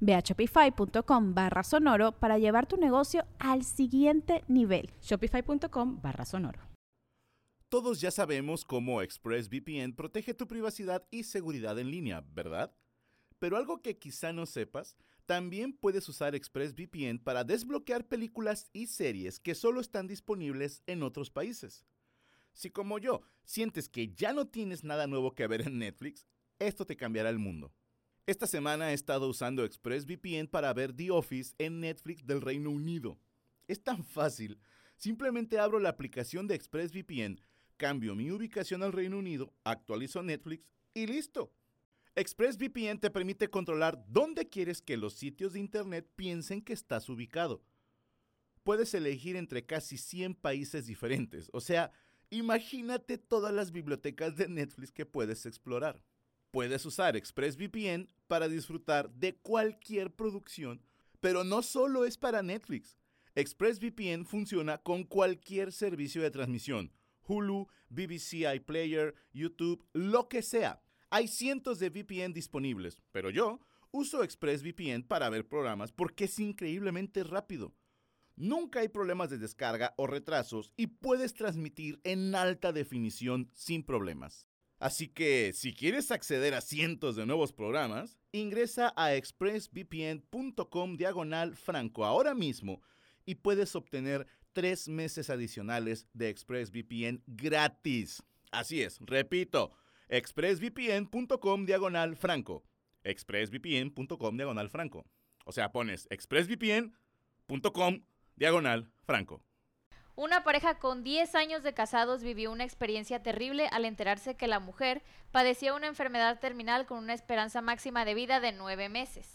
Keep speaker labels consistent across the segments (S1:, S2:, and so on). S1: Ve a shopify.com barra sonoro para llevar tu negocio al siguiente nivel.
S2: Shopify.com barra sonoro.
S3: Todos ya sabemos cómo ExpressVPN protege tu privacidad y seguridad en línea, ¿verdad? Pero algo que quizá no sepas, también puedes usar ExpressVPN para desbloquear películas y series que solo están disponibles en otros países. Si como yo sientes que ya no tienes nada nuevo que ver en Netflix, esto te cambiará el mundo. Esta semana he estado usando ExpressVPN para ver The Office en Netflix del Reino Unido. Es tan fácil. Simplemente abro la aplicación de ExpressVPN, cambio mi ubicación al Reino Unido, actualizo Netflix y listo. ExpressVPN te permite controlar dónde quieres que los sitios de Internet piensen que estás ubicado. Puedes elegir entre casi 100 países diferentes, o sea, imagínate todas las bibliotecas de Netflix que puedes explorar. Puedes usar ExpressVPN para disfrutar de cualquier producción, pero no solo es para Netflix. ExpressVPN funciona con cualquier servicio de transmisión, Hulu, BBC iPlayer, YouTube, lo que sea. Hay cientos de VPN disponibles, pero yo uso ExpressVPN para ver programas porque es increíblemente rápido. Nunca hay problemas de descarga o retrasos y puedes transmitir en alta definición sin problemas. Así que si quieres acceder a cientos de nuevos programas, ingresa a expressvpn.com diagonal franco ahora mismo y puedes obtener tres meses adicionales de ExpressVPN gratis. Así es, repito, expressvpn.com diagonal franco. expressvpn.com diagonal franco. O sea, pones expressvpn.com diagonal franco.
S4: Una pareja con 10 años de casados vivió una experiencia terrible al enterarse que la mujer padecía una enfermedad terminal con una esperanza máxima de vida de 9 meses.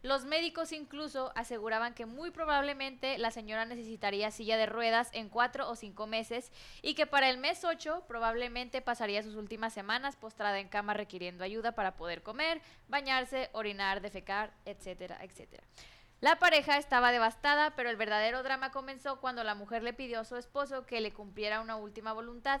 S4: Los médicos incluso aseguraban que muy probablemente la señora necesitaría silla de ruedas en cuatro o cinco meses y que para el mes 8 probablemente pasaría sus últimas semanas postrada en cama requiriendo ayuda para poder comer, bañarse, orinar, defecar, etcétera, etcétera. La pareja estaba devastada, pero el verdadero drama comenzó cuando la mujer le pidió a su esposo que le cumpliera una última voluntad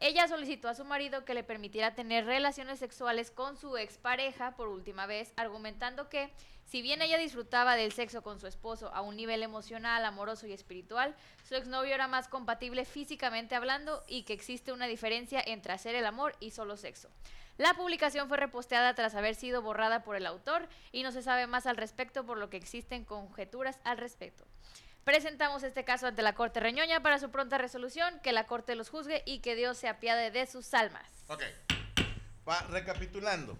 S4: ella solicitó a su marido que le permitiera tener relaciones sexuales con su expareja por última vez, argumentando que, si bien ella disfrutaba del sexo con su esposo a un nivel emocional, amoroso y espiritual, su exnovio era más compatible físicamente hablando y que existe una diferencia entre hacer el amor y solo sexo. La publicación fue reposteada tras haber sido borrada por el autor y no se sabe más al respecto por lo que existen conjeturas al respecto. Presentamos este caso ante la Corte Reñoña para su pronta resolución, que la Corte los juzgue y que Dios se apiade de sus almas.
S5: Ok. Va recapitulando.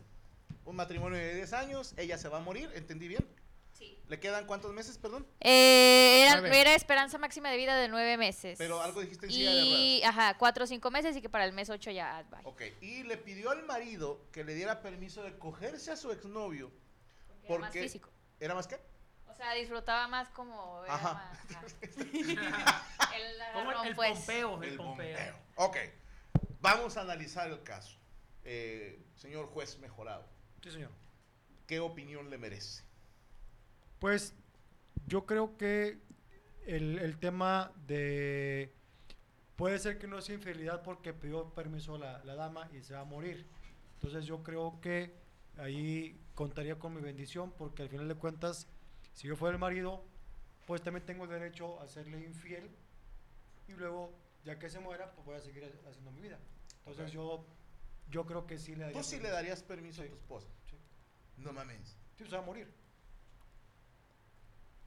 S5: Un matrimonio de 10 años, ella se va a morir, ¿entendí bien?
S4: Sí.
S5: ¿Le quedan cuántos meses, perdón?
S4: Eh, era,
S5: Nueve.
S4: era esperanza máxima de vida de nueve meses.
S5: Pero algo dijiste en silla de
S4: Y, ajá, cuatro o cinco meses y que para el mes ocho ya, ah, bye.
S5: Ok. Y le pidió al marido que le diera permiso de cogerse a su exnovio.
S4: Porque era
S5: Porque
S4: más físico.
S5: ¿Era más qué?
S4: O sea, disfrutaba más como... Era
S5: Ajá.
S4: más- ajá. el
S6: Como
S4: agarrón,
S6: el, el
S4: pues.
S6: pompeo, el, pompeo.
S5: bombeo. Ok. Vamos a analizar el caso. Eh, señor juez mejorado,
S6: Sí, señor.
S5: ¿qué opinión le merece?
S7: Pues yo creo que el, el tema de... Puede ser que no sea infidelidad porque pidió permiso la, la dama y se va a morir. Entonces yo creo que ahí contaría con mi bendición porque al final de cuentas, si yo fuera el marido, pues también tengo el derecho a serle infiel y luego, ya que se muera, pues voy a seguir ha- haciendo mi vida. Entonces
S5: Ok.
S7: yo, yo creo que sí le daría
S5: Tú sí le
S7: permiso.
S5: darías permiso a tu esposa.
S7: Sí.
S5: No mames.
S7: Sí, se va a morir.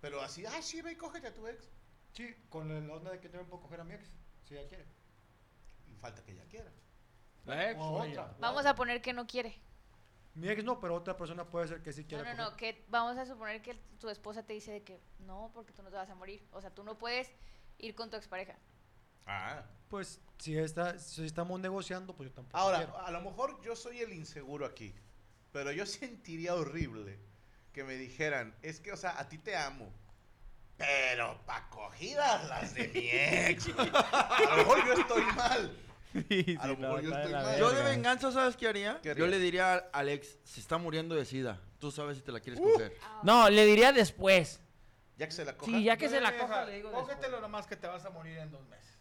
S5: Pero así, ah, sí, ve y cógete a tu ex.
S7: Sí, con la la onda de que yo me puedo coger a mi ex, si ella quiere.
S5: Y
S3: falta que ella quiera.
S8: La ex.
S7: O
S8: o
S7: otra.
S8: ella.
S4: Vamos a poner que no quiere.
S7: Mi ex no, pero otra persona puede ser que sí
S4: No,
S7: quiera. coger.
S4: no, no, que vamos a suponer que tu esposa te dice de que no, porque tú no te vas a morir. O sea, tú no puedes ir con tu expareja.
S3: Ah.
S7: Pues si, está, si estamos negociando, pues yo tampoco.
S3: Ahora,
S7: quiero.
S3: a lo mejor yo soy el inseguro aquí, pero yo sentiría horrible que me dijeran, es que, o sea, a ti te amo, pero pa' cogidas las de mi ex. a lo mejor yo estoy mal. A lo mejor yo estoy mal.
S8: Yo de venganza, ¿sabes qué haría?
S3: ¿Qué haría?
S8: Yo le diría a Alex, se está muriendo de sida. Tú sabes si te la quieres
S3: Uh.
S8: coger.
S9: No, le diría después.
S3: Ya que se la coja.
S9: Sí, ya que
S5: Yo
S9: se la
S5: diría,
S9: coja,
S5: "Ja,
S9: le digo
S5: Cógetelo
S9: después.
S5: nomás que te vas a morir en dos meses.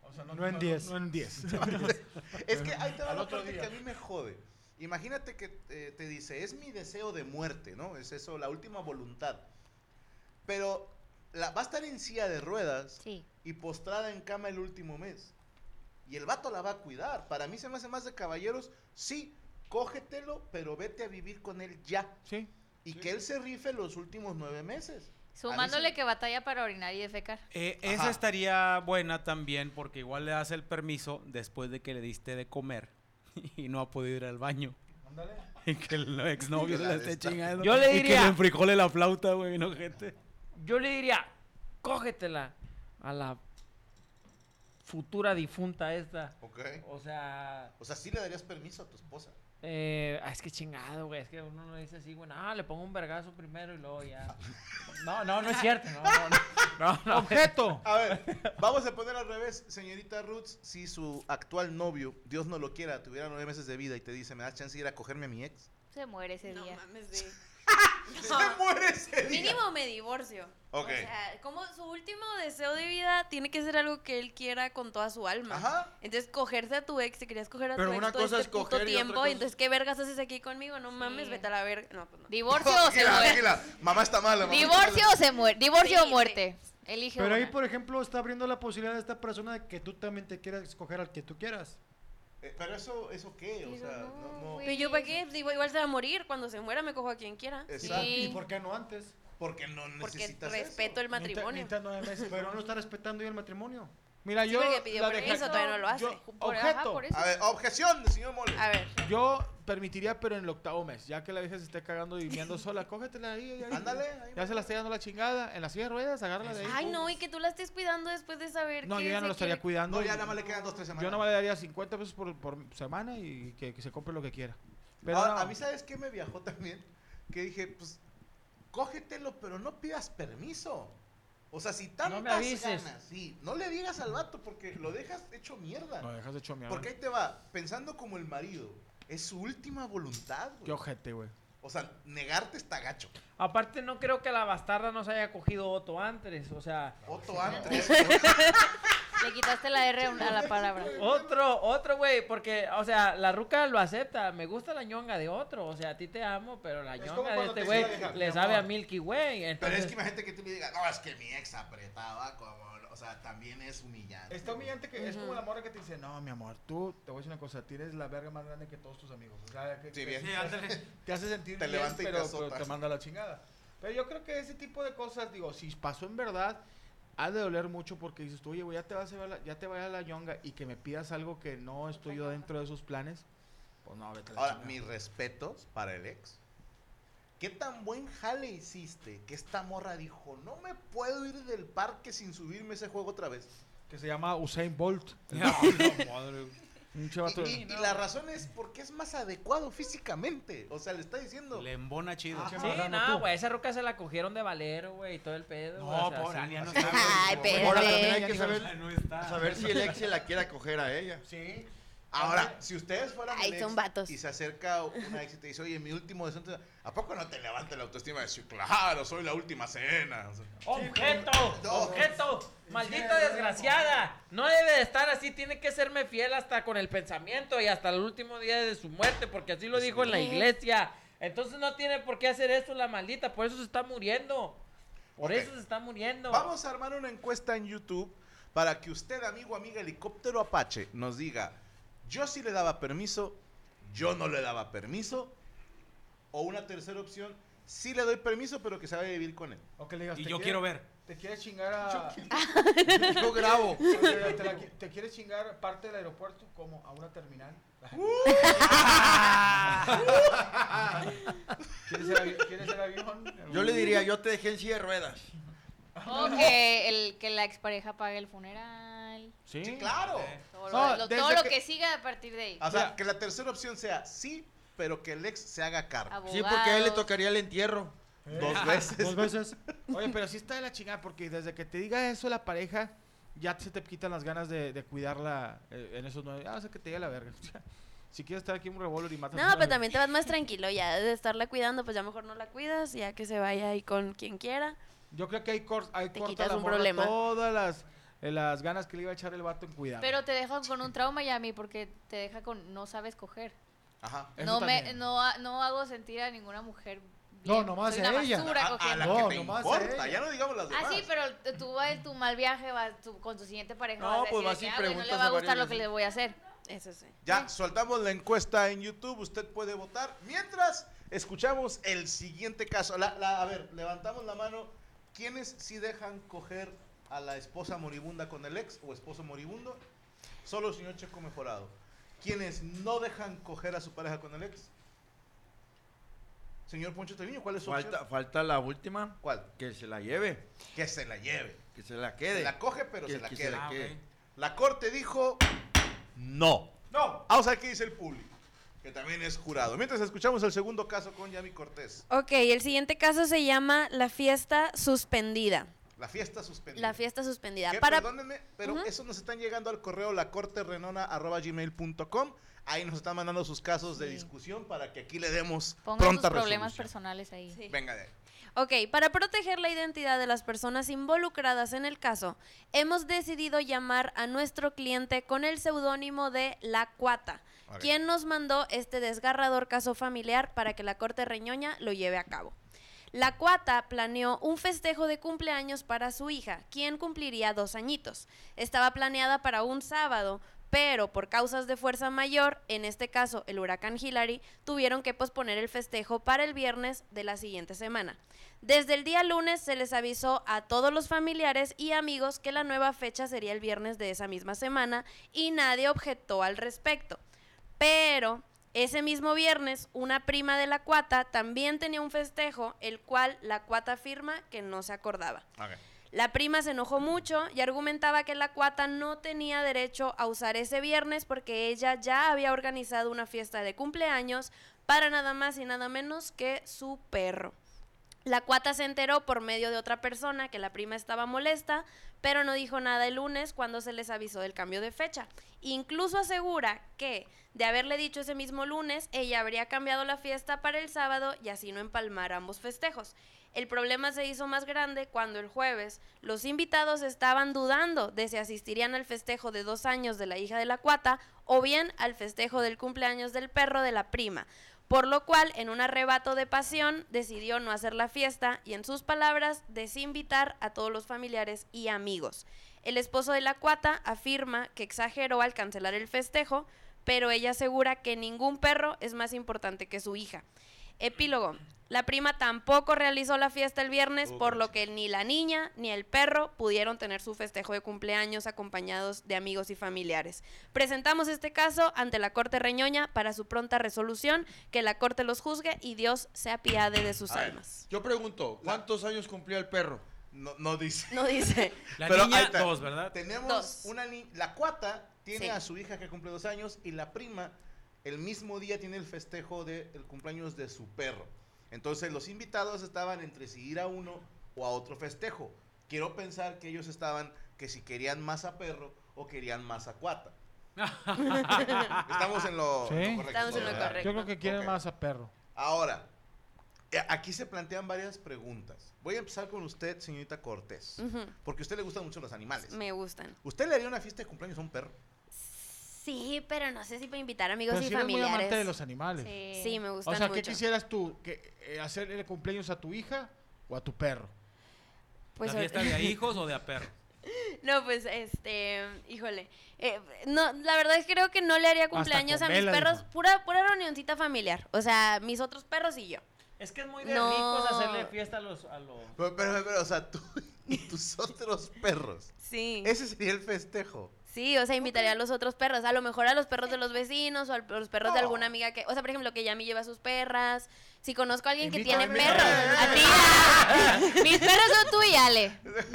S5: O sea,
S7: No en diez.
S5: No, en 10.
S3: Es que ahí te va
S5: Al
S3: la
S5: otro
S3: parte que
S5: día.
S3: a mí me jode. Imagínate que eh, te dice, es mi deseo de muerte, ¿no? Es eso, la última voluntad. Pero la, va a estar en silla de ruedas
S4: Sí.
S3: y postrada en cama el último mes. Y el vato la va a cuidar. Para mí se me hace más de caballeros, sí, cógetelo, pero vete a vivir con él ya.
S5: Sí.
S3: Y que él se rife los últimos nueve meses.
S4: Sumándole
S3: sí.
S4: que batalla para orinar y defecar.
S5: Eh,
S3: Ajá.
S5: esa estaría buena también porque igual le das el permiso después de que le diste de comer y no ha podido ir al baño. Y que el exnovio
S3: Que
S5: se
S3: la
S5: la esté
S3: destape.
S5: chingando.
S9: Yo le
S5: Y que
S9: diría-
S5: le enfrijole la flauta, güey, no gente.
S9: Yo le diría, cógetela a la futura difunta esta.
S3: Ok.
S9: O sea,
S3: O sea, sí le darías permiso a tu esposa.
S9: eh, ah, es que chingado, güey. Es que uno no dice así, güey. Ah, le pongo un vergazo primero y luego ya. No, no, no es cierto. No, no, no. no, no.
S5: ¡Objeto!
S3: A ver, vamos a poner al revés, señorita Roots, si su actual novio, Dios no lo quiera, tuviera nueve meses de vida y te dice, ¿me das chance de ir a cogerme a mi ex?
S4: Se muere ese
S10: No
S4: día.
S10: mames, de...
S3: ¡Se muere ese día!
S10: Mínimo me divorcio.
S3: Ok.
S10: O sea, como su último deseo de vida tiene que ser algo que él quiera con toda su alma.
S3: Ajá.
S10: Entonces, cogerse a tu ex, si querías coger a
S8: Pero
S10: tu ex
S8: una
S10: todo
S8: cosa es
S10: este puto
S8: coger y otra
S10: tiempo,
S8: cosa es-
S10: entonces, ¿qué vergas haces aquí conmigo? No mames,
S4: Sí.
S10: vete a la verga. No, pues no.
S4: Divorcio o se
S3: Tranquila,
S4: muere.
S3: tranquila. Mamá está mala. mamá está
S4: Divorcio o se muere. Divorcio o
S10: Sí,
S4: muerte. Elige
S7: Pero ahí,
S4: una.
S7: por ejemplo, está abriendo la posibilidad de esta persona de que tú también te quieras escoger al que tú quieras.
S3: Eh, Pero eso, ¿eso qué? O
S4: Pero
S3: sea, no,
S4: no,
S3: no.
S10: Pero
S4: güey.
S10: Pues yo, ¿para qué? Digo, igual se va a morir. Cuando se muera, me cojo a quien quiera.
S3: Exacto.
S4: Sí.
S7: ¿Y por qué no antes?
S3: Porque no
S10: Porque
S3: necesitas
S10: respeto
S3: eso.
S10: el matrimonio.
S7: Pero no está respetando ya el matrimonio.
S5: Mira,
S10: Sí,
S5: yo
S10: porque pidió
S5: la
S10: permiso,
S5: dejaría-
S10: todavía no lo hace.
S5: yo-
S4: Por- ajá,
S5: objeto.
S4: por eso.
S3: A ver, objeción del señor Mole.
S10: A ver,
S5: Yo permitiría, pero en el octavo mes, ya que la vieja se esté cagando y meando sola, cógetela ahí, ahí, ahí.
S3: Ándale. ahí
S5: Ya se la está dando la chingada, en las silla de ruedas, agárrala de ahí.
S10: ay no, y que tú la estés cuidando después de saber
S5: No,
S10: que
S5: yo ya
S10: se
S5: no lo estaría
S10: quiere-
S5: cuidando.
S3: No, ya nada más le quedan dos, tres semanas.
S5: Yo no le daría 50 pesos por, por semana y que, que se compre lo que quiera. Pero
S3: Ahora,
S5: no.
S3: a mí, ¿sabes qué me viajó también? Que dije, pues, cógetelo, pero no pidas permiso. O sea, si tantas
S9: avises.
S3: ganas, sí, no le digas al vato porque lo dejas hecho mierda.
S5: No, dejas de chomear.
S3: porque ahí te va, pensando como el marido, es su última voluntad, güey.
S5: Qué ojete, güey.
S3: O sea, negarte está gacho.
S9: Aparte, no creo que la bastarda nos haya cogido Otto antes. O sea,
S3: Otto antes.
S4: Le quitaste la R a una- a la palabra.
S9: otro, otro, güey. Porque, o sea, la ruca lo acepta. Me gusta la ñonga de otro. O sea, a ti te amo, pero la
S3: como
S9: ñonga de
S3: cuando
S9: este
S3: te
S9: güey
S3: dice la vieja, mi
S9: le
S3: amor.
S9: sabe a Milky Way.
S3: Pero es
S9: entonces-
S3: que imagínate que tú le digas, no, es que mi ex apretaba como... O sea, también es humillante.
S5: Está humillante que es como la morra que te dice, no, mi amor, tú, te voy a decir una cosa, tienes la verga más grande que todos tus amigos. O sea, que,
S3: Sí,
S5: que-
S3: bien.
S5: te hace- te hace sentir
S3: Te
S5: bien,
S3: levanta y te
S5: pero, pero
S3: azota.
S5: te manda a la chingada. Pero yo creo que ese tipo de cosas, digo, si pasó en verdad, ha de doler mucho porque dices tú, oye, güey, ya te vas a llevar la- ya te va a llevar la yonga y que me pidas algo que no estoy yo dentro de esos planes. Pues no, vete a la
S3: Ahora,
S5: chingada.
S3: mis respetos para el ex. ¿Qué tan buen jale hiciste que esta morra dijo, no me puedo ir del parque sin subirme ese juego otra vez?
S5: Que se llama Usain Bolt.
S7: Ah,
S5: Un
S3: Y,
S5: chavato.
S3: y- y la razón es porque es más adecuado físicamente. O sea, le está diciendo...
S5: Le embona chido.
S3: Ah,
S9: Sí, no, güey, esa ruca se la cogieron de Valero, güey, y todo el pedo. güey, o sea, sí.
S5: no
S10: Ay,
S8: Ahora
S10: espérate.
S8: también hay que saber, saber si el ex se la quiera coger a ella.
S5: Sí.
S3: Ahora, si ustedes fueran
S10: Ay,
S3: el
S10: son
S3: ex
S10: vatos.
S3: y se acerca una ex y te dice, oye, mi último deseo, antes de-". ¿a poco no te levanta la autoestima de decir, claro, soy la última cena? O sea,
S9: ¡Objeto!
S3: No.
S9: ¡Objeto! ¡Maldita desgraciada! No debe de estar así, tiene que serme fiel hasta con el pensamiento y hasta el último día de su muerte, porque así lo dijo en la iglesia. Entonces no tiene por qué hacer eso la maldita, por eso se está muriendo. Por
S3: Ok.
S9: eso se está muriendo.
S3: Vamos a armar una encuesta en YouTube para que usted, amigo, amiga, helicóptero Apache, nos diga, yo sí le daba permiso, yo no le daba permiso, o una tercera opción, sí le doy permiso, pero que se vaya a vivir con él.
S5: y yo quiero ver. te quieres chingar a.
S8: Yo grabo.
S5: Oye, mira, te, la qui- te quieres chingar parte del aeropuerto como a una terminal.
S7: Uh.
S5: ¿Quieres, el avi- quieres el avión?
S8: Yo le diría, yo te dejé en silla de ruedas.
S4: O que, el, que la expareja pague el funeral.
S5: Sí,
S3: Sí, claro.
S4: Todo,
S5: No,
S4: lo, lo-
S5: desde
S4: todo lo
S5: que-
S4: que... siga a partir de ahí.
S3: O sea, que la tercera opción sea sí, pero que el ex se haga cargo.
S4: Abogados.
S8: Sí, porque a él le tocaría el entierro.
S3: Dos veces.
S7: Eh. Dos veces.
S5: Oye, pero sí está de la chingada porque desde que te diga eso la pareja, ya se te quitan las ganas de, de cuidarla eh, en esos nueve. Ah, o sea, que te diga la verga. O sea, si quieres estar aquí en un revólver y matas
S10: No, pero también te vas más tranquilo ya de estarla cuidando, pues ya mejor no la cuidas, ya que se vaya ahí con quien quiera.
S5: Yo creo que ahí, cor ahí
S10: Te
S5: corta
S10: quitas
S5: la
S10: un
S5: morra
S10: problema.
S5: todas las, eh, las ganas que le iba a echar el vato en cuidar.
S4: Pero te deja con un trauma, Yami, porque te deja con no sabes coger.
S3: Ajá.
S5: Eso
S4: No me
S5: también.
S4: no, ha- no hago sentir a ninguna mujer
S7: No,
S4: bien.
S7: nomás
S4: Soy
S7: a
S4: una
S7: ella.
S4: basura
S3: A, Ah, a
S4: cogiendo.
S3: la
S7: No,
S3: que te
S7: nomás
S3: importa,
S7: ella.
S3: ya no digamos las demás.
S4: Ah, sí, pero t- tú vas en tu mal viaje vas tú- con tu siguiente pareja.
S8: No,
S4: vas a decir
S8: pues
S4: de
S8: vas y
S4: que, "Ah, güey, No le
S8: preguntas
S4: va a
S8: a varias
S4: gustar lo que
S8: veces.
S4: le voy a hacer.
S10: Eso sí.
S3: Ya, soltamos la encuesta en YouTube, usted puede votar. Mientras, escuchamos el siguiente caso. La- la- a ver, levantamos la mano. ¿Quiénes sí dejan coger a la esposa moribunda con el ex o esposo moribundo? Solo el señor Checo Mejorado. ¿Quiénes no dejan coger a su pareja con el ex? Señor Poncho Treviño, ¿cuál es su
S8: Falta,
S3: opción?
S8: falta la última,
S3: ¿Cuál?
S8: que se la lleve,
S3: Que se la lleve.
S8: que se la
S3: Se
S8: quede.
S3: la coge, pero
S8: que-
S3: se la
S8: que
S3: quede.
S9: Ah, ok.
S3: La corte dijo no.
S5: No.
S3: Vamos a ver qué dice el público, que también es jurado. Mientras escuchamos el segundo caso con Yami Cortés,
S10: Ok, el siguiente caso se llama la fiesta suspendida.
S3: la fiesta suspendida.
S10: La fiesta suspendida.
S3: Que,
S10: Para...
S3: Perdónenme, pero
S10: Ujú.
S3: eso nos están llegando al correo lacorterenona.gmail.com. Ahí nos están mandando sus casos de
S4: Sí.
S3: discusión para que aquí le demos
S4: Pongan tus
S3: pronta
S4: problemas
S3: resolución.
S4: personales ahí.
S10: Sí.
S3: Venga de ahí.
S10: Ok, para proteger la identidad de las personas involucradas en el caso, hemos decidido llamar a nuestro cliente con el seudónimo de La Cuata,
S3: Ok.
S10: quien nos mandó este desgarrador caso familiar para que la Corte Reñoña lo lleve a cabo. La cuata planeó un festejo de cumpleaños para su hija, quien cumpliría dos añitos. Estaba planeada para un sábado, pero por causas de fuerza mayor, en este caso el huracán Hillary, tuvieron que posponer el festejo para el viernes de la siguiente semana. Desde el día lunes se les avisó a todos los familiares y amigos que la nueva fecha sería el viernes de esa misma semana y nadie objetó al respecto. Pero ese mismo viernes, una prima de la cuata también tenía un festejo, el cual la cuata afirma que no se acordaba. La prima se enojó mucho y argumentaba que la cuata no tenía derecho a usar ese viernes porque ella ya había organizado una fiesta de cumpleaños para nada más y nada menos que su perro. La cuata se enteró por medio de otra persona que la prima estaba molesta, pero no dijo nada el lunes cuando se les avisó del cambio de fecha. Incluso asegura que, de haberle dicho ese mismo lunes, ella habría cambiado la fiesta para el sábado y así no empalmar ambos festejos. El problema se hizo más grande cuando el jueves los invitados estaban dudando de si asistirían al festejo de dos años de la hija de la cuata o bien al festejo del cumpleaños del perro de la prima, por lo cual en un arrebato de pasión decidió no hacer la fiesta y en sus palabras desinvitar a todos los familiares y amigos. El esposo de la cuata afirma que exageró al cancelar el festejo, pero ella asegura que ningún perro es más importante que su hija. Epílogo. La prima tampoco realizó la fiesta el viernes, por lo que ni la niña ni el perro pudieron tener su festejo de cumpleaños acompañados de amigos y familiares. Presentamos este caso ante la Corte Reñoña para su pronta resolución, que la Corte los juzgue y Dios se apiade de sus
S3: A ver.
S10: almas.
S8: Yo pregunto, ¿cuántos años cumplió el perro?
S3: No, no dice.
S10: No dice.
S9: La
S3: Pero ahí
S9: niña,
S3: está.
S9: dos, ¿verdad?
S3: Tenemos
S10: Dos.
S3: una niña. La cuata tiene
S10: Sí.
S3: a su hija que cumple dos años y la prima el mismo día tiene el festejo del cumpleaños de su perro. Entonces los invitados estaban entre si ir a uno o a otro festejo. Quiero pensar que ellos estaban que si querían más a perro o querían más a cuata. Estamos en lo,
S5: Sí.
S3: en lo correcto.
S10: Estamos en lo
S3: ¿verdad?
S10: correcto.
S5: Yo creo que quieren
S3: Ok.
S5: más a perro.
S3: Ahora, eh, aquí se plantean varias preguntas. Voy a empezar con usted, señorita Cortés,
S10: Ujú.
S3: porque a usted le gustan mucho los animales.
S10: Me gustan.
S3: ¿Usted le haría una fiesta de cumpleaños a un perro?
S10: Sí, pero no sé si para invitar amigos
S5: Pero
S10: y
S5: si eres muy
S10: familiares.
S5: amante de los animales.
S4: Sí.
S10: Sí, me gustan
S5: O sea, ¿qué
S10: mucho.
S5: quisieras tú? ¿Que, eh, ¿Hacer el cumpleaños a tu hija o a tu perro?
S10: Pues
S9: ¿La
S10: ahor-
S9: fiesta de a hijos o de a perros?
S10: No, pues este, híjole. Eh, no, la verdad es que creo que no le haría
S5: con
S10: cumpleaños a mis
S5: vela,
S10: perros.
S5: dijo.
S10: Pura, pura reunioncita familiar. O sea, mis otros perros y yo.
S9: Es que es muy de
S10: No.
S9: ricos hacerle fiesta a los... A los...
S3: Pero, pero, pero, o sea, tú, y tus otros perros.
S10: Sí.
S3: Ese sería el festejo.
S10: Sí, o sea, invitaría a los otros perros, a lo mejor a los perros de los vecinos o a los perros de alguna amiga que, o sea, por ejemplo, que Yami lleva sus perras. Si conozco a alguien que
S3: Invítame
S10: tiene
S3: a mi
S10: perros,
S3: perra.
S10: a ti. a- Mis perros son tú y Ale. No, eso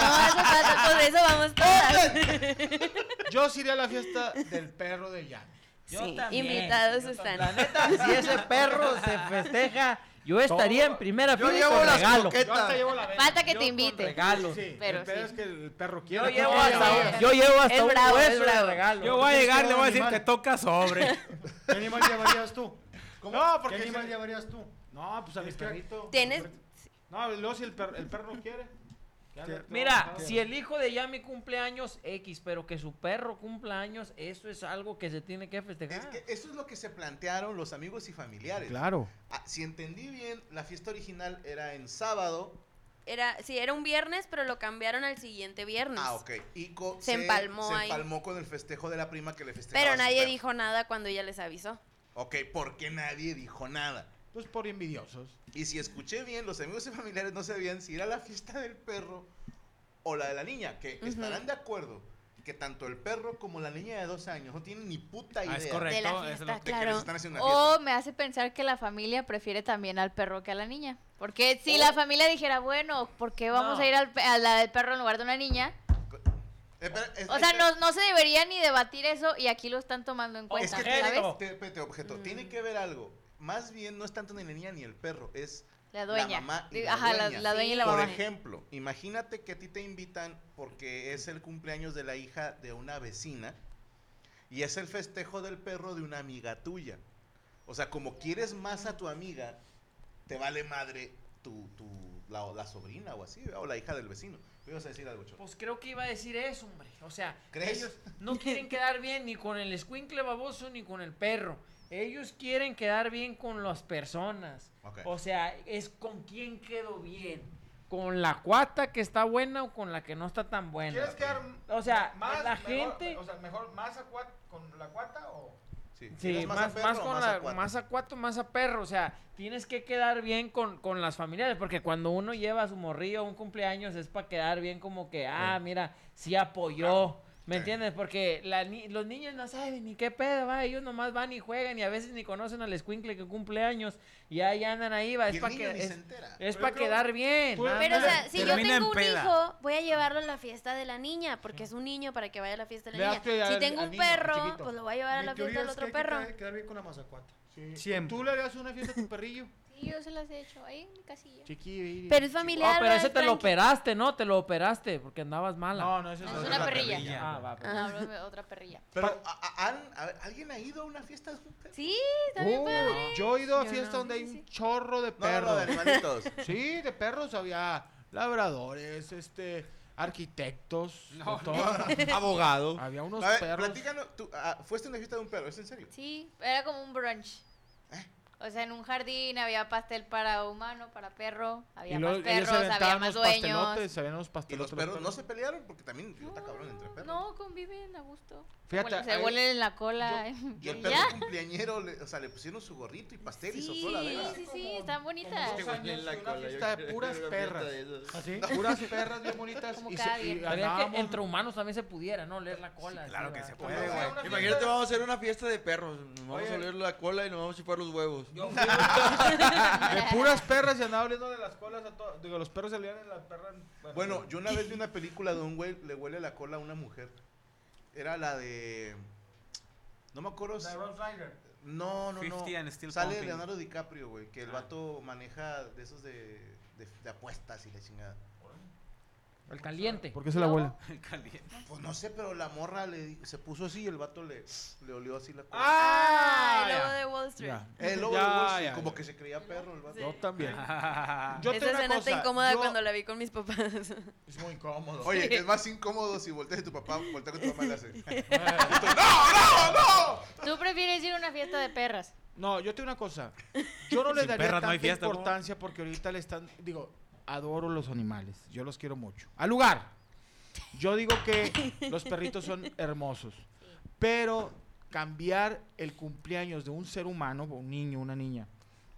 S10: pasa, pues de eso vamos todas.
S5: Yo sí iría a la fiesta del perro de Jan.
S9: Yo
S10: Sí,
S9: también,
S10: invitados
S9: yo
S10: están.
S9: La neta, si ese perro se festeja, Ah, yo estaría en primera
S8: Yo
S9: fila y
S8: llevo
S9: con
S8: las
S9: regalo.
S5: Yo hasta
S8: croquetas.
S5: llevo la vela.
S10: Falta que
S9: Yo
S10: te
S9: con
S10: invite.
S9: regalo.
S5: Sí,
S10: Pero
S5: el pedo
S10: sí.
S5: es que el perro
S9: Yo
S5: quiere.
S9: llevo
S5: porque
S9: hasta
S5: quiere.
S9: un, yo llevo hasta
S10: Es
S9: un
S10: bravo, es
S9: hueso de
S10: bravo.
S9: regalo.
S11: Yo voy a llegar, le voy a decir
S5: Animal.
S11: que toca sobre.
S7: ¿Qué animal llevarías tú?
S5: No,
S7: ¿Qué
S5: porque.
S7: animal
S5: se-
S7: llevarías tú?
S5: No, pues a mi
S7: Es que-
S5: perrito.
S10: Tienes.
S5: No, luego si el perro, el perro no quiere. que ande
S7: Mira,
S5: todo
S9: Mira,
S5: enojado.
S9: si el hijo de Yami cumple años X, pero que su perro cumpla años, eso es algo que se tiene que festejar.
S3: Es que eso es lo que se plantearon los amigos y familiares.
S5: Claro.
S3: Ah, si entendí bien, la fiesta original era en sábado.
S10: Era, sí, era un viernes, pero lo cambiaron al siguiente viernes.
S3: Ah, ok. Y co-
S10: Se empalmó
S3: se
S10: ahí.
S3: empalmó con el festejo de la prima que le festejaba. a
S10: Pero
S3: su
S10: nadie
S3: perro.
S10: dijo nada cuando ella les avisó.
S3: Ok, porque nadie dijo nada.
S5: Pues por envidiosos.
S3: Y si escuché bien, los amigos y familiares no sabían si era la fiesta del perro o la de la niña, que
S10: Ujú.
S3: estarán de acuerdo que tanto el perro como la niña de dos años no tienen ni puta idea.
S11: Ah, es
S10: De la
S11: correcto. eso es
S10: fiesta,
S11: lo que-
S3: que les
S10: claro. Oh.
S3: están haciendo una
S4: O me hace pensar que la familia prefiere también al perro que a la niña. Porque si la familia dijera, bueno, ¿por qué vamos
S9: No.
S4: a ir al pe- a la del perro en lugar de una niña?
S3: Espera, es-
S4: O sea,
S3: espera.
S4: no, no se debería ni debatir eso y aquí lo están tomando en
S3: Es
S4: cuenta, Mm.
S3: que
S9: Objeto.
S4: ¿sabes?
S3: tiene, te- te- te objeto, tiene que ver algo. Más bien no es tanto ni la niña ni el perro, es
S4: La dueña.
S3: la mamá y
S4: Digo,
S3: la
S4: Ajá, la-
S3: dueña.
S4: La, dueña y la
S3: Por
S4: mamá.
S3: ejemplo, imagínate que a ti te invitan porque es el cumpleaños de la hija de una vecina y es el festejo del perro de una amiga tuya. O sea, como quieres más a tu amiga, te vale madre tu, tu, la, la sobrina o así, o la hija del vecino. ¿Me ibas a decir algo, Cholo?
S9: Pues creo que iba a decir eso, hombre. O sea,
S3: ¿Crees?
S9: ellos no quieren quedar bien ni con el escuincle baboso ni con el perro. Ellos quieren quedar bien con las personas.
S3: Ok.
S9: O sea, es con quién quedo bien. ¿Con la cuata que está buena o con la que no está tan buena?
S5: ¿Quieres quedar
S9: O sea,
S5: más,
S9: la
S5: mejor-
S9: gente-
S5: O sea, mejor más a cua- con la cuata o.
S3: Sí,
S9: Sí,
S3: ¿quieres
S9: más,
S3: a
S9: más,
S3: perro o
S9: con
S3: más a
S9: la,
S3: cuate?
S9: más a cuato, más a perro. O sea, tienes que quedar bien con, con las familiares, porque cuando uno lleva a su morrillo a un cumpleaños es para quedar bien como que, ah, mira, sí apoyó. ¿Me entiendes? Porque la ni- los niños no saben ni qué pedo, va. Ellos nomás van y juegan y a veces ni conocen al escuincle que cumple años y ahí andan ahí, va.
S3: Y
S9: Es
S3: el
S9: para
S3: niño ni se
S9: que,
S3: entera.
S9: es,
S5: Pero
S9: para
S5: yo creo-
S9: quedar bien.
S5: Pero,
S9: nada
S10: Pero, o
S9: más.
S10: sea, si yo
S11: Termina
S10: tengo
S11: en
S10: un
S11: peda.
S10: hijo, voy a llevarlo a la fiesta de la niña, porque es un niño para que vaya a la fiesta de
S5: Le
S10: la
S5: das prioridad
S10: niña. Si
S5: al-
S10: tengo
S5: al
S10: un
S5: niño, al
S10: perro,
S5: chiquito.
S10: pues lo voy a llevar a
S7: Mi
S10: la
S7: teoría
S10: fiesta del
S7: es que
S10: otro
S7: hay
S10: perro.
S7: Que quedar- quedar bien con la mazacuata.
S5: Sí.
S7: Siempre.
S5: ¿Tú le harías una fiesta a tu perrillo?
S4: Sí, yo se las he hecho ahí en mi casilla.
S5: Chiqui,
S10: Pero es
S9: Oh,
S10: familiar.
S9: pero
S10: ¿no?
S9: ese
S10: Es
S9: te lo
S10: tranqui.
S9: operaste, ¿no? Te lo operaste porque andabas mala.
S5: No, no, eso es
S4: No, es
S5: otra
S4: una perrilla.
S9: Ah, va, pues.
S4: No, hablo de otra perrilla.
S3: Pero, ¿a- a- han- a- ¿alguien ha ido a una fiesta de un perro?
S4: Sí, también
S5: Uh,
S4: padre.
S5: yo he ido a
S9: Yo
S5: fiestas
S9: no.
S5: donde hay
S4: Sí, sí.
S5: un chorro de
S3: No, no, no,
S5: perros.
S3: de animalitos.
S5: sí, de perros había labradores, este, arquitectos, de todo.
S8: Abogado.
S5: había unos
S3: A ver,
S5: perros.
S3: platícanos, tú, ah, fuiste a una fiesta de un perro, ¿es en serio?
S4: Sí, era como un brunch. O sea, en un jardín había pastel para humano, para perro, había
S5: luego
S4: más
S5: ellos se
S4: perros, había
S5: aventaban
S4: más
S5: unos
S4: dueños.
S5: pastelotes, habían unos
S3: Y los
S5: pastelotes,
S3: perros no se pelearon porque también digo, está
S4: No,
S3: cabrón entre perros.
S4: No, conviven a gusto.
S5: Fíjate,
S4: Huelen- se
S5: ahí-
S4: huelen en la cola.
S3: Y el
S4: ¿Ya?
S3: perro cumpleañero, le- o sea, le pusieron su gorrito y pastel y sopló la vela.
S4: Sí, sí, sí, están bonitas.
S5: como- Este Una fiesta de puras perras. ¿Ah,
S7: ¿Así?
S5: Puras perras bien bonitas.
S4: Como
S5: y
S4: cada
S5: se, y
S4: viernes.
S9: Pero es que
S5: andábamos- Pues,
S9: entre humanos también se pudiera, ¿no? Leer la cola.
S3: claro que
S9: ¿verdad?
S3: se puede, güey.
S5: Una
S8: Imagínate,
S5: fiesta-
S8: vamos a hacer una fiesta de perros. Nos vamos
S5: Oye.
S8: a oler la cola y nos vamos a chupar los huevos.
S5: De puras perras y andaba oliendo de las colas a todos. Digo, los perros salían en las perras.
S3: Bueno, yo una vez vi una película de un güey, le huele la cola a una mujer. Era la de... No me acuerdo. si-
S5: de Rob Schneider.
S3: No, no, no.
S11: 50 and still
S3: Sale
S11: counting.
S3: Leonardo DiCaprio, güey, que el
S5: Ah.
S3: vato maneja de esos de, de- de apuestas y la chingada.
S9: El caliente.
S5: ¿Por qué se la abuela?
S11: Caliente.
S3: Pues no sé, pero la morra le, di- se puso así y el vato le, le olió así la cola.
S5: ¡Ah!
S10: Ah, el lobo
S5: ya.
S10: de Wall Street.
S5: Ya.
S3: El lobo de
S5: Ya,
S3: Wall Street,
S5: ya,
S3: como
S5: ya.
S3: que se creía perro el vato.
S5: Yo también. Yo
S10: Esa
S5: tengo una
S10: escena
S5: cosa,
S10: está incómoda
S5: yo-
S10: cuando la vi con mis papás.
S5: Es muy incómodo.
S3: Oye, es más incómodo si volteas a tu papá, volteas con tu mamá y le haces.
S4: ¿Tú prefieres ir a una fiesta de perras?
S5: No, yo tengo una cosa. Yo no le
S11: Sin
S5: daría
S11: perras no
S5: tanta
S11: hay fiesta, ¿no?
S5: importancia porque ahorita le están. Digo, adoro los animales. Yo los quiero mucho. Al lugar. Yo digo que los perritos son hermosos. Pero cambiar el cumpleaños de un ser humano, un niño, una niña,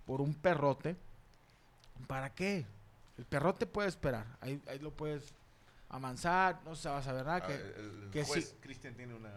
S5: por un perrote, ¿para qué? El perrote puede esperar. Ahí, ahí lo puedes amansar, no se va a saber nada.
S3: Ah,
S5: que,
S3: el- el
S5: que
S3: juez
S5: sí.
S3: Cristian tiene una...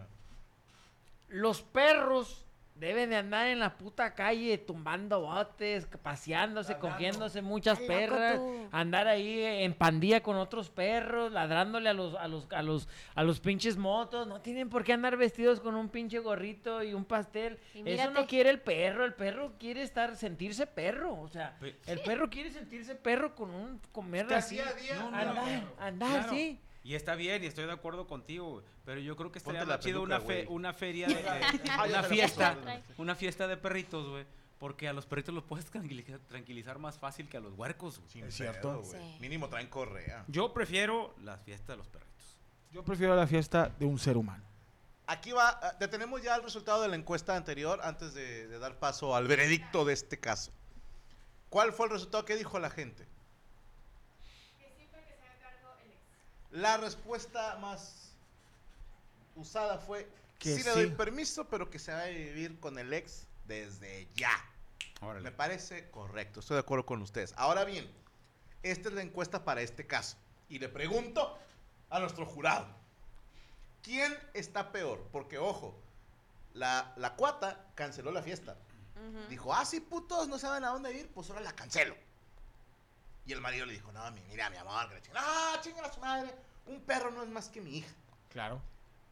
S9: Los perros deben de andar en la puta calle tumbando botes, paseándose, cogiéndose muchas
S11: Ay, loco
S9: perras,
S11: tú.
S9: andar ahí en pandilla con otros perros, ladrándole a los, a los, a los, a los pinches motos. No tienen por qué andar vestidos con un pinche gorrito y un pastel.
S11: Y
S9: Eso
S11: mírate.
S9: no quiere el perro. El perro quiere estar, sentirse perro. O sea,
S11: Pe-
S9: el perro quiere sentirse perro con un comer
S5: Está
S9: así.
S5: día a día,
S11: No, no,
S9: andar,
S11: no.
S9: andar,
S11: Claro.
S9: sí.
S11: Y está bien, y estoy de acuerdo contigo, güey, pero yo creo que estaría
S3: Ponte la
S11: más chido
S3: peluca,
S11: una, fe-
S3: güey.
S11: una feria, de, de-
S3: Ah, ya
S11: una
S3: se la
S11: fiesta,
S3: pasó.
S11: una fiesta de perritos, güey, porque a los perritos los puedes tranquilizar, tranquilizar más fácil que a los huercos. güey.
S3: Sin
S5: Es
S3: cierto.
S5: cierto.
S10: Sí.
S3: Mínimo traen correa.
S11: Yo prefiero las fiestas de los perritos.
S5: Yo prefiero la fiesta de un ser humano.
S3: Aquí va, ah, te tenemos ya el resultado de la encuesta anterior antes de, de dar paso al veredicto de este caso. ¿Cuál fue el resultado que dijo la gente? La respuesta más usada fue
S5: Que
S3: sí, le doy
S5: sí.
S3: permiso, pero que se va a vivir con el ex desde ya.
S11: Órale.
S3: Me parece correcto, estoy de acuerdo con ustedes. Ahora bien, esta es la encuesta para este caso. Y le pregunto a nuestro jurado, ¿quién está peor? Porque, ojo, la, la cuata canceló la fiesta.
S10: Ujú.
S3: Dijo, ah, sí, putos, no saben a dónde ir, pues ahora la cancelo. Y el marido le dijo, no, mi- mira, mi amor, que la chingada. ah, chinga a su madre, un perro no es más que mi hija.
S5: Claro.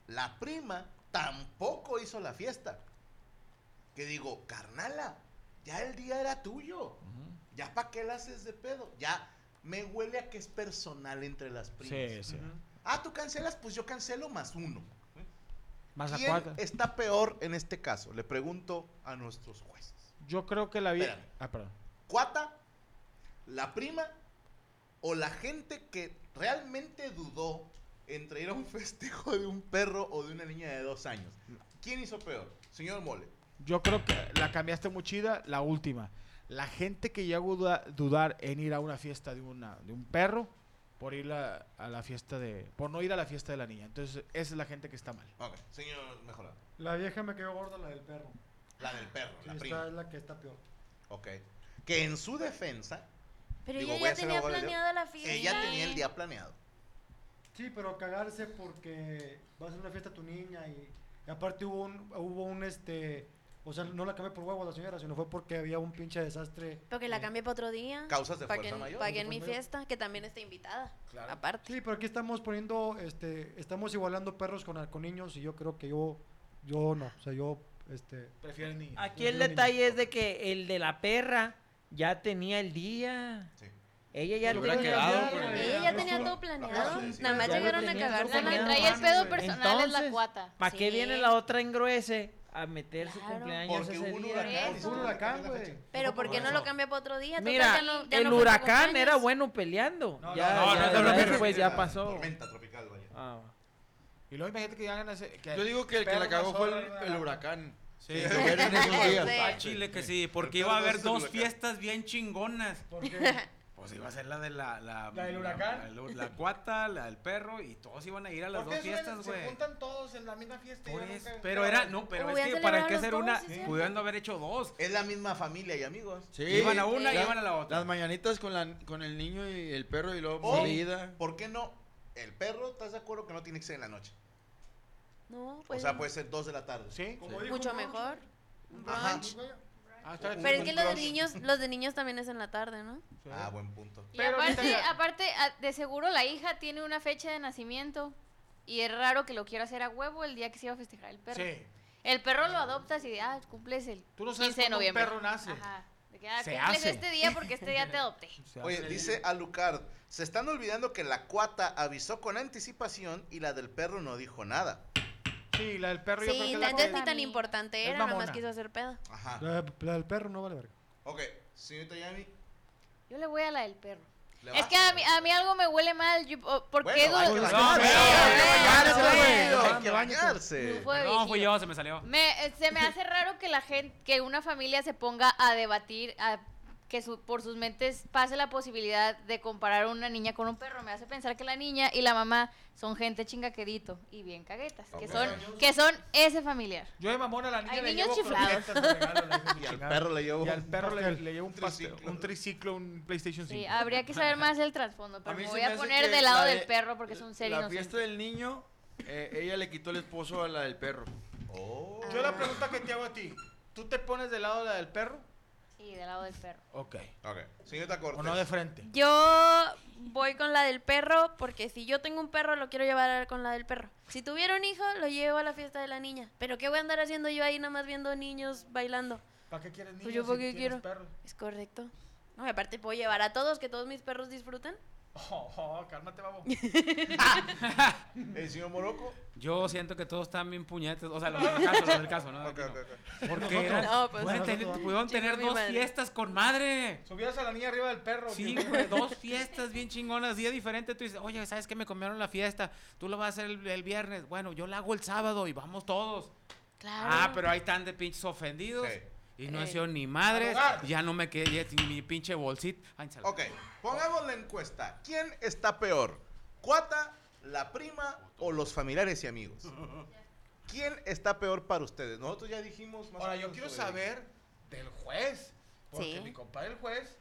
S3: La prima tampoco hizo la fiesta. Que digo, carnala, ya el día era tuyo. Ya para qué la haces de pedo. Ya me huele a que es personal entre las primas.
S5: Sí, sí.
S3: Ah, tú cancelas, pues yo cancelo más uno.
S5: Más a
S3: ¿Quién
S5: cuatro.
S3: está peor en este caso? Le pregunto a nuestros jueces.
S5: Yo creo que la vida.
S3: Espérame.
S5: Ah, perdón.
S3: ¿Cuata? ¿La prima? ¿O la gente que realmente dudó entre ir a un festejo de un perro o de una niña de dos años? ¿Quién hizo peor? Señor Mole.
S5: Yo creo que la cambiaste muy chida, la última. La gente que llegó a duda- dudar en ir a una fiesta de, una, de un perro por ir a, a la fiesta de. por no ir a la fiesta de la niña. Entonces, esa es la gente que está mal.
S3: Ok, señor Mejorado.
S7: La vieja me quedó gorda, la del perro.
S3: La del perro,
S7: Sí,
S3: la
S7: esta
S3: prima.
S7: es la que está peor.
S3: Ok. Que en su defensa,
S10: Pero
S3: Digo,
S10: ella
S3: voy a
S10: ya
S3: hacer
S10: tenía
S3: abogado del
S10: planeada la fiesta.
S3: ella tenía el día planeado.
S7: Sí, pero cagarse porque vas a una fiesta a tu niña y, y aparte hubo un, hubo un este, o sea, no la cambié por huevo a la señora, sino fue porque había un pinche desastre.
S10: Porque la
S7: eh,
S10: cambié para otro día.
S3: Causas de
S10: para
S3: fuerza
S10: que,
S3: mayor, Pues,
S10: Para
S7: de
S10: que en mi
S7: fuerza mayor.
S10: fiesta, que también está invitada.
S3: Claro.
S10: Aparte.
S7: Sí, pero aquí estamos poniendo, este, estamos igualando perros con, con niños y yo creo que yo, yo no, o sea, yo, este,
S5: Prefieren niña.
S9: Aquí el detalle es de que el de la perra ya tenía el día.
S3: Sí.
S9: Ella ya
S11: Se
S9: tenía
S11: hubiera
S9: el
S11: quedado
S9: día.
S11: con el
S10: Ella
S7: ya
S10: ya tenía
S7: eso-
S10: todo planeado.
S3: sí, sí.
S10: Nada más
S9: Ya lo
S10: llegaron a
S9: tenía todo
S10: cagarse
S4: La que
S9: planeado.
S4: trae el pedo
S9: Entonces-
S4: personal es la cuata.
S9: ¿Para qué
S10: Sí.
S9: viene la otra engruese a meter su
S10: Claro.
S9: cumpleaños
S3: Porque
S9: ese
S3: hubo un
S9: día?
S3: huracán.
S4: Eso.
S3: y se
S7: un
S3: tuvo que
S7: huracán,
S3: cambiar la
S7: güey.
S3: fecha.
S10: Pero ¿por qué no
S11: eso.
S10: lo cambié para otro día? Total,
S9: Mira,
S10: ya no- ya
S9: el
S10: no fue tu
S9: huracán
S10: cumpleaños.
S9: era bueno peleando.
S11: No,
S9: ya,
S11: no, no,
S9: ya-
S11: no, no,
S9: ya
S11: no, no,
S9: después ya
S3: Una
S9: pasó.
S3: Tormenta tropical, vaya.
S9: Ah, va.
S5: Y luego imagínate que hagan ese. que-
S8: Yo digo que el que la
S5: Perro
S8: cagó fue
S5: sola,
S8: el, el
S5: ¿verdad?
S8: huracán.
S11: Sí.
S8: Que era en esos días.
S10: Sí.
S11: Al Ah, Chile que sí, porque iba a haber dos fiestas bien chingonas.
S7: porque
S11: Pues iba a ser la de la... La,
S5: ¿La del huracán?
S11: La, la cuata, la del perro, y todos iban a ir a las dos
S5: Porque es una-
S11: fiestas, güey.
S5: Se juntan todos en la misma fiesta. y
S11: Por
S5: ya
S11: eso,
S5: nunca-
S11: pero era, no, pero
S10: Hubieran
S11: es que para qué
S10: celebrado
S11: hacer
S10: los
S11: una,
S10: dos, sí, cierto.
S11: pudiendo haber hecho dos.
S3: Es la misma familia y amigos.
S8: Sí.
S11: Iban a una
S10: Sí.
S11: y iban a la otra.
S8: Las mañanitas con, la, con el niño y el perro y luego
S3: O,
S5: Oh.
S8: salida.
S3: ¿por qué no? El perro, ¿estás de acuerdo que no tiene que ser en la noche?
S10: No,
S3: O
S10: pues.
S3: sea, puede ser dos de la tarde.
S5: Sí.
S7: como dijo
S10: Mucho
S7: un-
S10: mejor.
S7: un-
S3: Ajá.
S5: Ah, está-
S10: Pero es que los de
S5: Sí.
S10: niños, los de niños también es en la tarde, ¿no?
S3: Ah, buen punto.
S4: Y
S5: Pero ahorita
S4: aparte,
S5: ya-
S4: aparte, a- de seguro la hija tiene una fecha de nacimiento. Y es raro que lo quiera hacer a huevo el día que se iba a festejar el perro.
S5: Sí.
S4: El perro lo adoptas y ah, cumples el
S5: Tú no sabes
S4: 15
S5: cuándo
S4: de
S5: un
S4: noviembre.
S5: perro nace.
S4: Ajá. De que, ah,
S5: Se
S4: cumples
S5: hace.
S4: este día porque este día te adopté.
S3: Oye, dice Alucard, se están olvidando que la cuata avisó con anticipación y la del perro no dijo nada.
S5: Sí, la del perro yo creo
S10: Sí,
S5: que
S10: la
S5: la
S10: entonces
S5: comen.
S10: ni tan importante
S5: Es
S10: era, nada más
S5: mamona.
S10: quiso hacer pedo.
S3: Ajá.
S7: La, la del perro no vale verga.
S3: Ok, señorita Yami,
S4: Yo le voy a la del perro.
S3: ¿le
S4: Es
S3: vas?
S4: que a mí, a mí algo me huele mal. yo- oh, ¿Por
S3: Bueno,
S4: qué
S3: hay que
S11: Pues,
S4: dudo?
S3: bañarse, güey, hay que
S5: Bañarse,
S3: bañarse.
S4: Fue
S11: No, fui
S4: viejillo.
S11: yo, se me salió.
S4: Me- eh, se me hace raro que la gente, que una familia se ponga a debatir a que su- por sus mentes pase la posibilidad de comparar una niña con un perro. Me hace pensar que la niña y la mamá son gente chingaquedito y bien caguetas, que son, que son ese familiar.
S5: Yo de mamón a la niña
S4: Hay
S5: le
S4: niños
S5: llevo
S4: chiflados.
S5: croquetas de regalo, le digo,
S3: Y al
S5: chingada.
S3: perro le llevo
S5: Y al
S3: un
S5: perro le,
S3: pastel.
S5: le llevo un pastel, un triciclo, un PlayStation 5.
S4: Sí, habría que saber más del trasfondo, pero
S8: mí
S4: me
S8: se
S4: voy
S8: me
S4: a
S8: hace
S4: poner
S8: que
S4: del lado
S8: la
S4: del
S8: de-
S4: perro porque es un ser
S8: La
S4: inocente.
S8: fiesta del niño, eh, ella le quitó el esposo a la del perro. Oh.
S5: Yo la pregunta que te hago a ti, ¿tú te pones del lado de la del perro?
S4: Sí, del lado del perro.
S5: Ok.
S3: Ok. Señorita Cortés.
S5: O no de frente.
S10: Yo voy con la del perro porque si yo tengo un perro lo quiero llevar con la del perro. Si tuviera un hijo lo llevo a la fiesta de la niña. Pero ¿qué voy a andar haciendo yo ahí nada más viendo niños bailando?
S5: ¿Para qué quieres niños
S10: Pues yo
S5: si
S10: porque
S5: tienes
S10: quiero.
S5: perros?
S10: Es correcto. No, y aparte puedo llevar a todos, que todos mis perros disfruten.
S5: Oh, oh, cálmate, babo.
S3: El señor Moroco.
S11: Yo siento que todos están bien puñetes. O sea, los del caso, los del caso, ¿no?
S3: Ok, ok, ok.
S11: Porque
S5: Nosotros.
S11: eran-
S10: No, pues,
S11: pueden
S10: nosotros
S11: tener-
S10: no.
S11: pudieron
S10: Chingue
S11: tener
S10: mi
S11: dos
S10: madre.
S11: fiestas con madre.
S5: Subías a la niña arriba del perro.
S11: Sí,
S5: tío.
S11: güey, dos fiestas bien chingonas, día diferente. Tú dices, oye, ¿sabes qué? Me comieron la fiesta. Tú lo vas a hacer el, el viernes. Bueno, yo la hago el sábado y vamos todos.
S10: Claro.
S11: Ah, pero ahí están de pinches ofendidos.
S3: Sí.
S11: Y no
S10: Eh.
S11: he sido ni madres.
S5: A jugar.
S11: Ya no me quedé ya sin mi pinche bolsita. Ay, se la-
S3: Ok, pongamos la encuesta. ¿Quién está peor? ¿Cuata, la prima o los familiares y amigos? ¿Quién está peor para ustedes? Nosotros ya dijimos más o
S5: Ahora, yo
S3: menos
S5: quiero
S3: sobre-
S5: saber del juez. Porque
S10: Sí.
S5: mi compadre el juez,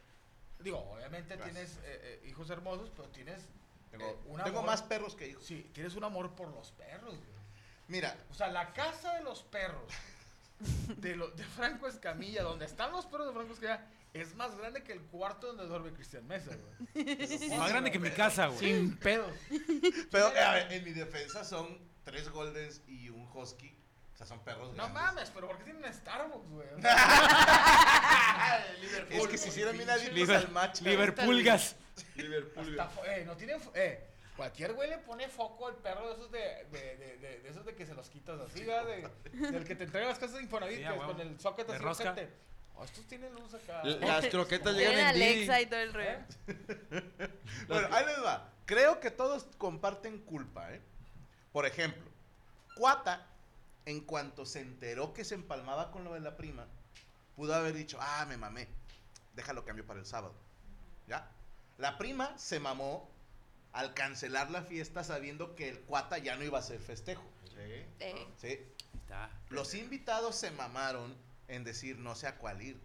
S5: digo, obviamente tienes eh, eh, hijos hermosos, pero tienes eh,
S3: Tengo,
S5: un
S3: tengo
S5: amor-
S3: más perros que hijos.
S5: Sí, tienes un amor por los perros, güey.
S3: Mira,
S5: O sea, la casa de los perros de, lo- de Franco Escamilla, donde están los perros de Franco Escamilla, es más grande que el cuarto donde duerme Cristian Mesa, güey.
S11: Más grande que mi casa, güey.
S5: Sin pedo.
S3: pero eh, a ver, en mi defensa son tres Goldens y un Husky. O sea, son perros
S5: No
S3: grandes.
S5: mames, pero ¿por qué tienen Starbucks, güey?
S3: Es que si hicieran bien adictos
S11: Liber-
S3: al match.
S11: Liverpulgas.
S8: Liverpool.
S5: Está fo- eh, no tienen. fo- eh, cualquier güey le pone foco al perro de esos de, de, de, de- de esos de que se los quitas así, ¿verdad? De- del que te entregan las casas de Infonavit
S11: Sí, a
S5: que es
S11: huevo.
S5: con el socket
S11: De
S5: así
S11: rosca.
S5: enfrente. Oh, estos tienen luz acá.
S8: L- Las croquetas
S10: Tienen
S8: llegan en
S10: Alexa
S8: Didi.
S10: y todo el rollo.
S5: ¿Eh?
S3: Bueno, ahí les va. Creo que todos comparten culpa, ¿eh? Por ejemplo, Cuata, en cuanto se enteró que se empalmaba con lo de la prima, pudo haber dicho, ah, me mamé, déjalo cambio para el sábado. ¿Ya? La prima se mamó al cancelar la fiesta sabiendo que el Cuata ya no iba a ser festejo.
S10: Eh,
S3: ¿Sí?
S11: Está.
S3: Los invitados se mamaron en decir no sé a cuál ir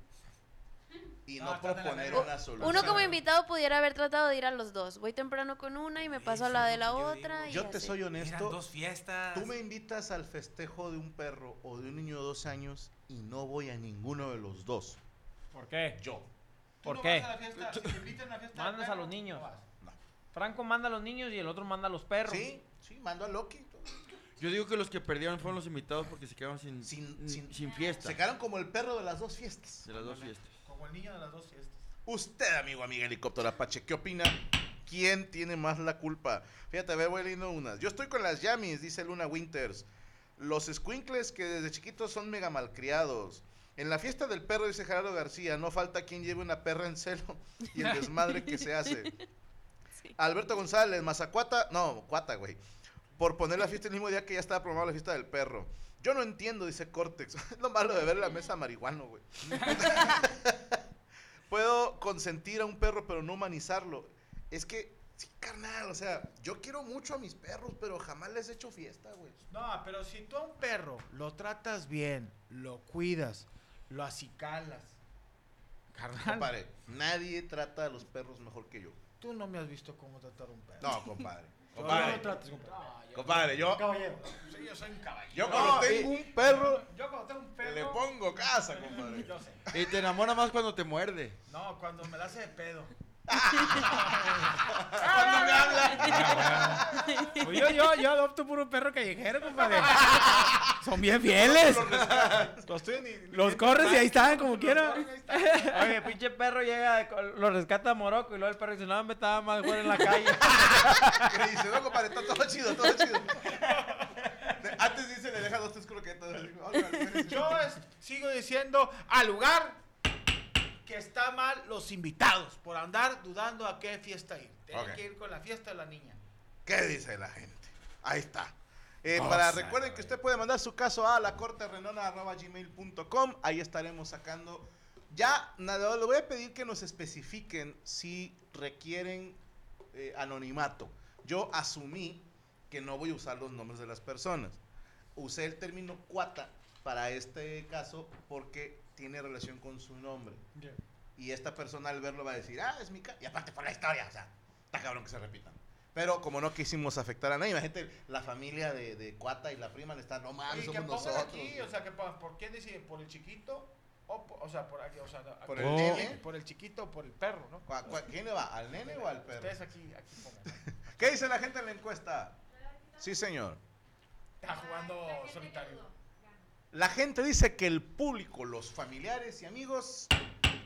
S3: y no
S5: Ah, están de la
S3: proponer
S5: verga.
S3: una solución.
S10: Uno como invitado pudiera haber tratado de ir a los dos. Voy temprano con una y me paso a la de la otra. y
S3: Yo te
S10: así.
S3: soy
S11: Eran
S3: honesto,
S11: dos fiestas.
S3: Tú me invitas al festejo de un perro o de un niño de dos años y no voy a ninguno de los dos.
S9: ¿Por qué?
S3: Yo.
S5: Tú
S9: ¿Por
S5: no
S9: qué?
S5: vas a la fiesta, si te invitan a la fiesta del
S9: Mandas a
S5: perro,
S9: los niños.
S5: no vas.
S9: Franco manda a los niños y el otro manda a los perros.
S3: Sí, sí, mando a Loki.
S8: Yo digo que los que perdieron fueron los invitados porque se quedaron sin,
S3: Sin-
S8: sin,
S3: sin-
S8: fiesta.
S3: Se quedaron como el perro de las dos fiestas.
S8: De las dos fiestas.
S5: Como el niño de las dos fiestas.
S3: Usted, amigo, amiga helicóptero Apache, ¿qué opina? ¿Quién tiene más la culpa? Fíjate, ve, voy leyendo unas. Yo estoy con las Yamis, dice Luna Winters. Los squinkles que desde chiquitos son mega malcriados. En la fiesta del perro, dice Gerardo García, no falta quien lleve una perra en celo y el desmadre que se hace. Alberto González, Mazacuata, no, Cuata, güey. Por poner la fiesta el mismo día que ya estaba programada la fiesta del perro. Yo no entiendo, dice Cortex. Lo malo de ver la mesa marihuano, güey. Puedo consentir a un perro, pero no humanizarlo. Es que, sí, carnal, o sea, yo quiero mucho a mis perros, pero jamás les he hecho fiesta, güey.
S5: No, pero si tú a un perro lo tratas bien, lo cuidas, lo acicalas. Carnal,
S3: Compadre, nadie trata a los perros mejor que yo.
S5: tú no me has visto cómo tratar a un perro.
S3: No, compadre.
S7: No lo
S3: Compadre,
S7: trates, compadre.
S3: compadre, yo,
S7: Caballero.
S5: Sí, yo soy un caballero.
S3: yo cuando
S5: No,
S3: tengo un perro,
S5: Yo cuando tengo un perro.
S3: le pongo casa, compadre.
S5: Yo sé.
S8: Y te enamora más cuando te muerde.
S5: No, cuando me la hace de pedo.
S3: Cuando me habla,
S11: Oye, yo, yo, yo adopto puro perro callejero, compadre. Son bien fieles.
S5: Los tuyos ni.
S11: Los corres y ahí están como quieran.
S9: Oye, pinche perro llega, lo rescata a Morocco y luego el perro dice, no, me estaba más güey en la calle.
S3: que le dice, no, compadre, está todo chido, todo chido. De- Antes dice, le deja dos, tres croquetas. así, órale,
S5: Yo es- sigo diciendo al lugar que está mal los invitados por andar dudando a qué fiesta ir. Tienen
S3: Ok.
S5: que ir con la fiesta de la niña.
S3: ¿Qué dice la gente? Ahí está. Eh, para recuerden que usted puede mandar su caso a la corte gmail.com. Ahí estaremos sacando Ya, nada, le voy a pedir que nos especifiquen si requieren eh, anonimato. Yo asumí que no voy a usar los nombres de las personas. Usé el término cuata para este caso porque tiene relación con su nombre.
S7: Bien.
S3: Y esta persona al verlo va a decir, ah, es mi ca-". Y aparte por la historia, o sea, está cabrón que se repitan. Pero como no quisimos afectar a nadie, imagínate la familia de, de Cuata y la prima le están, no mames,
S5: Ah, que
S3: somos
S5: pongan
S3: nosotros.
S5: aquí,
S3: güey".
S5: o sea, que pongan, ¿por quién deciden? ¿Por el chiquito? O, por, o sea, por aquí, o sea, no,
S3: Por
S5: aquí-
S3: el
S5: o-
S3: nene.
S5: por el chiquito o por el perro, ¿no?
S3: ¿A cuál- ¿Quién le va? ¿Al nene o al perro?
S5: Ustedes aquí, aquí pongan.
S3: ¿Qué dice la gente en la encuesta? Sí, señor.
S5: Está jugando solitario.
S3: La gente dice que el público, los familiares y amigos,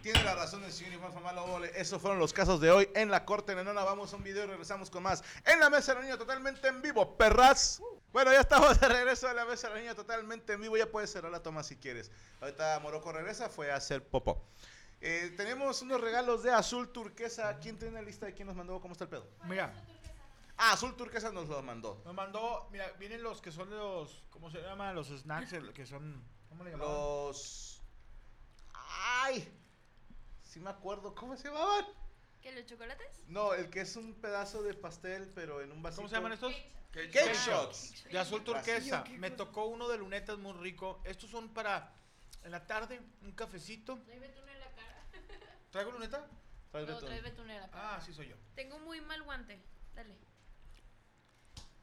S3: tiene la razón del señor Juan Famalo Bole. Esos fueron los casos de hoy en la Corte Nenona. Vamos a un video y regresamos con más. En la Mesa de la Niña totalmente en vivo, perras. Bueno, ya estamos de regreso de la Mesa de la Niña totalmente en vivo. Ya puedes cerrar la toma si quieres. Ahorita Morocco regresa, fue a hacer popo. Eh, tenemos unos regalos de azul turquesa. ¿Quién tiene la lista de quién nos mandó? ¿Cómo está el pedo?
S5: Mira,
S3: Ah, azul turquesa nos lo mandó.
S5: nos mandó, mira, vienen los que son de los, ¿cómo se llama? Los snacks, el- que son, ¿cómo le llamaban?
S3: Los. ¡Ay! Sí me acuerdo, ¿cómo se llamaban?
S10: ¿Qué, los chocolates?
S3: No, el que es un pedazo de pastel, pero en un vasito.
S5: ¿Cómo se llaman estos?
S8: Cake
S3: Cake
S5: shots.
S3: shots.
S5: De azul turquesa.
S3: Así,
S5: Me tocó uno de lunetas muy rico. Estos son para en la tarde, un cafecito.
S4: Trae betún en la cara.
S5: ¿Traigo luneta?
S3: trae
S4: No,
S3: betún.
S4: trae betún en la cara.
S5: Ah, sí soy yo.
S10: Tengo muy mal guante. Dale.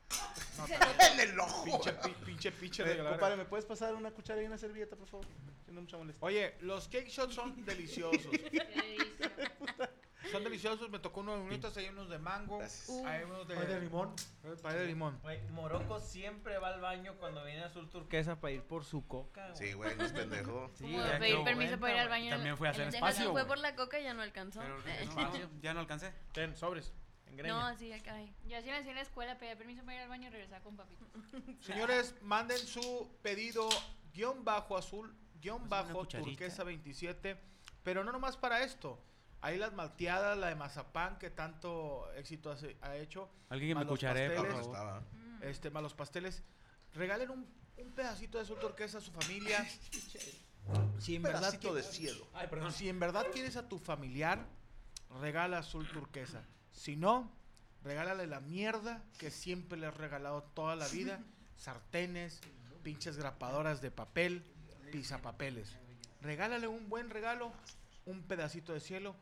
S3: En el ojo.
S5: Ah, Pinche, pi- pinche, pinche
S3: Eh,
S5: regaladera.
S3: compadre, ¿me puedes pasar una cuchara y una servilleta, por favor? Que no me molesta.
S5: Oye, los cake shots son deliciosos. son deliciosos. Me tocó uno de lunetas, hay unos de mango.
S3: Gracias.
S5: Hay unos de,
S7: Pay de limón.
S5: pay de limón.
S11: Güey, Morocco siempre va al baño cuando viene azul turquesa para ir por su coca.
S3: Sí, güey, no es pendejo.
S11: Sí,
S4: Como
S11: ya
S4: pedir
S11: quedó
S4: permiso
S11: cuenta,
S4: para ir al
S11: güey.
S4: baño.
S11: También fui a hacer
S10: Déjalo,
S11: espacio.
S10: fue
S11: güey.
S10: por la coca y ya no alcanzó.
S11: Pero
S10: Eh,
S11: no, ya no alcancé.
S5: Ten, sobres.
S11: Engreña.
S10: no, sí, acá hay.
S4: Yo así nací en la escuela, pedía permiso para ir al baño y regresaba con papito.
S5: Señores, manden su pedido guión bajo azul, guión
S11: Vamos a Pues una
S5: bajo
S11: cucharita.
S5: turquesa 27. Pero no nomás para esto. Hay las malteadas, la de mazapán que tanto éxito hace- ha hecho.
S11: Alguien que me
S5: Más los
S11: escucharé, por
S5: pasteles.
S3: No, no
S11: favor.
S3: estaba.
S5: este, más los pasteles. Regalen un, un pedacito de azul turquesa a su familia. si en
S3: Un
S5: verdad
S3: pedacito de
S5: quie-
S3: cielo.
S11: Ay, perdón.
S5: Si en verdad quieres a tu familiar, regala azul turquesa. Si no, regálale la mierda que siempre le has regalado toda la vida. Sartenes, pinches grapadoras de papel, pizapapeles. Regálale un buen regalo, un pedacito de cielo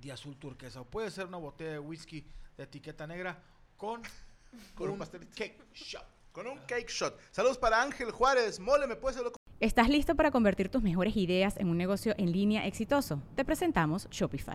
S5: de azul turquesa. O puede ser una botella de whisky de etiqueta negra con,
S3: Con un
S5: pastelito. Cake shop.
S3: Con un cake shot. Saludos para Ángel Juárez. Mole, ¿me puedes hacerlo?
S2: ¿Estás listo para convertir tus mejores ideas en un negocio en línea exitoso? Te presentamos Shopify.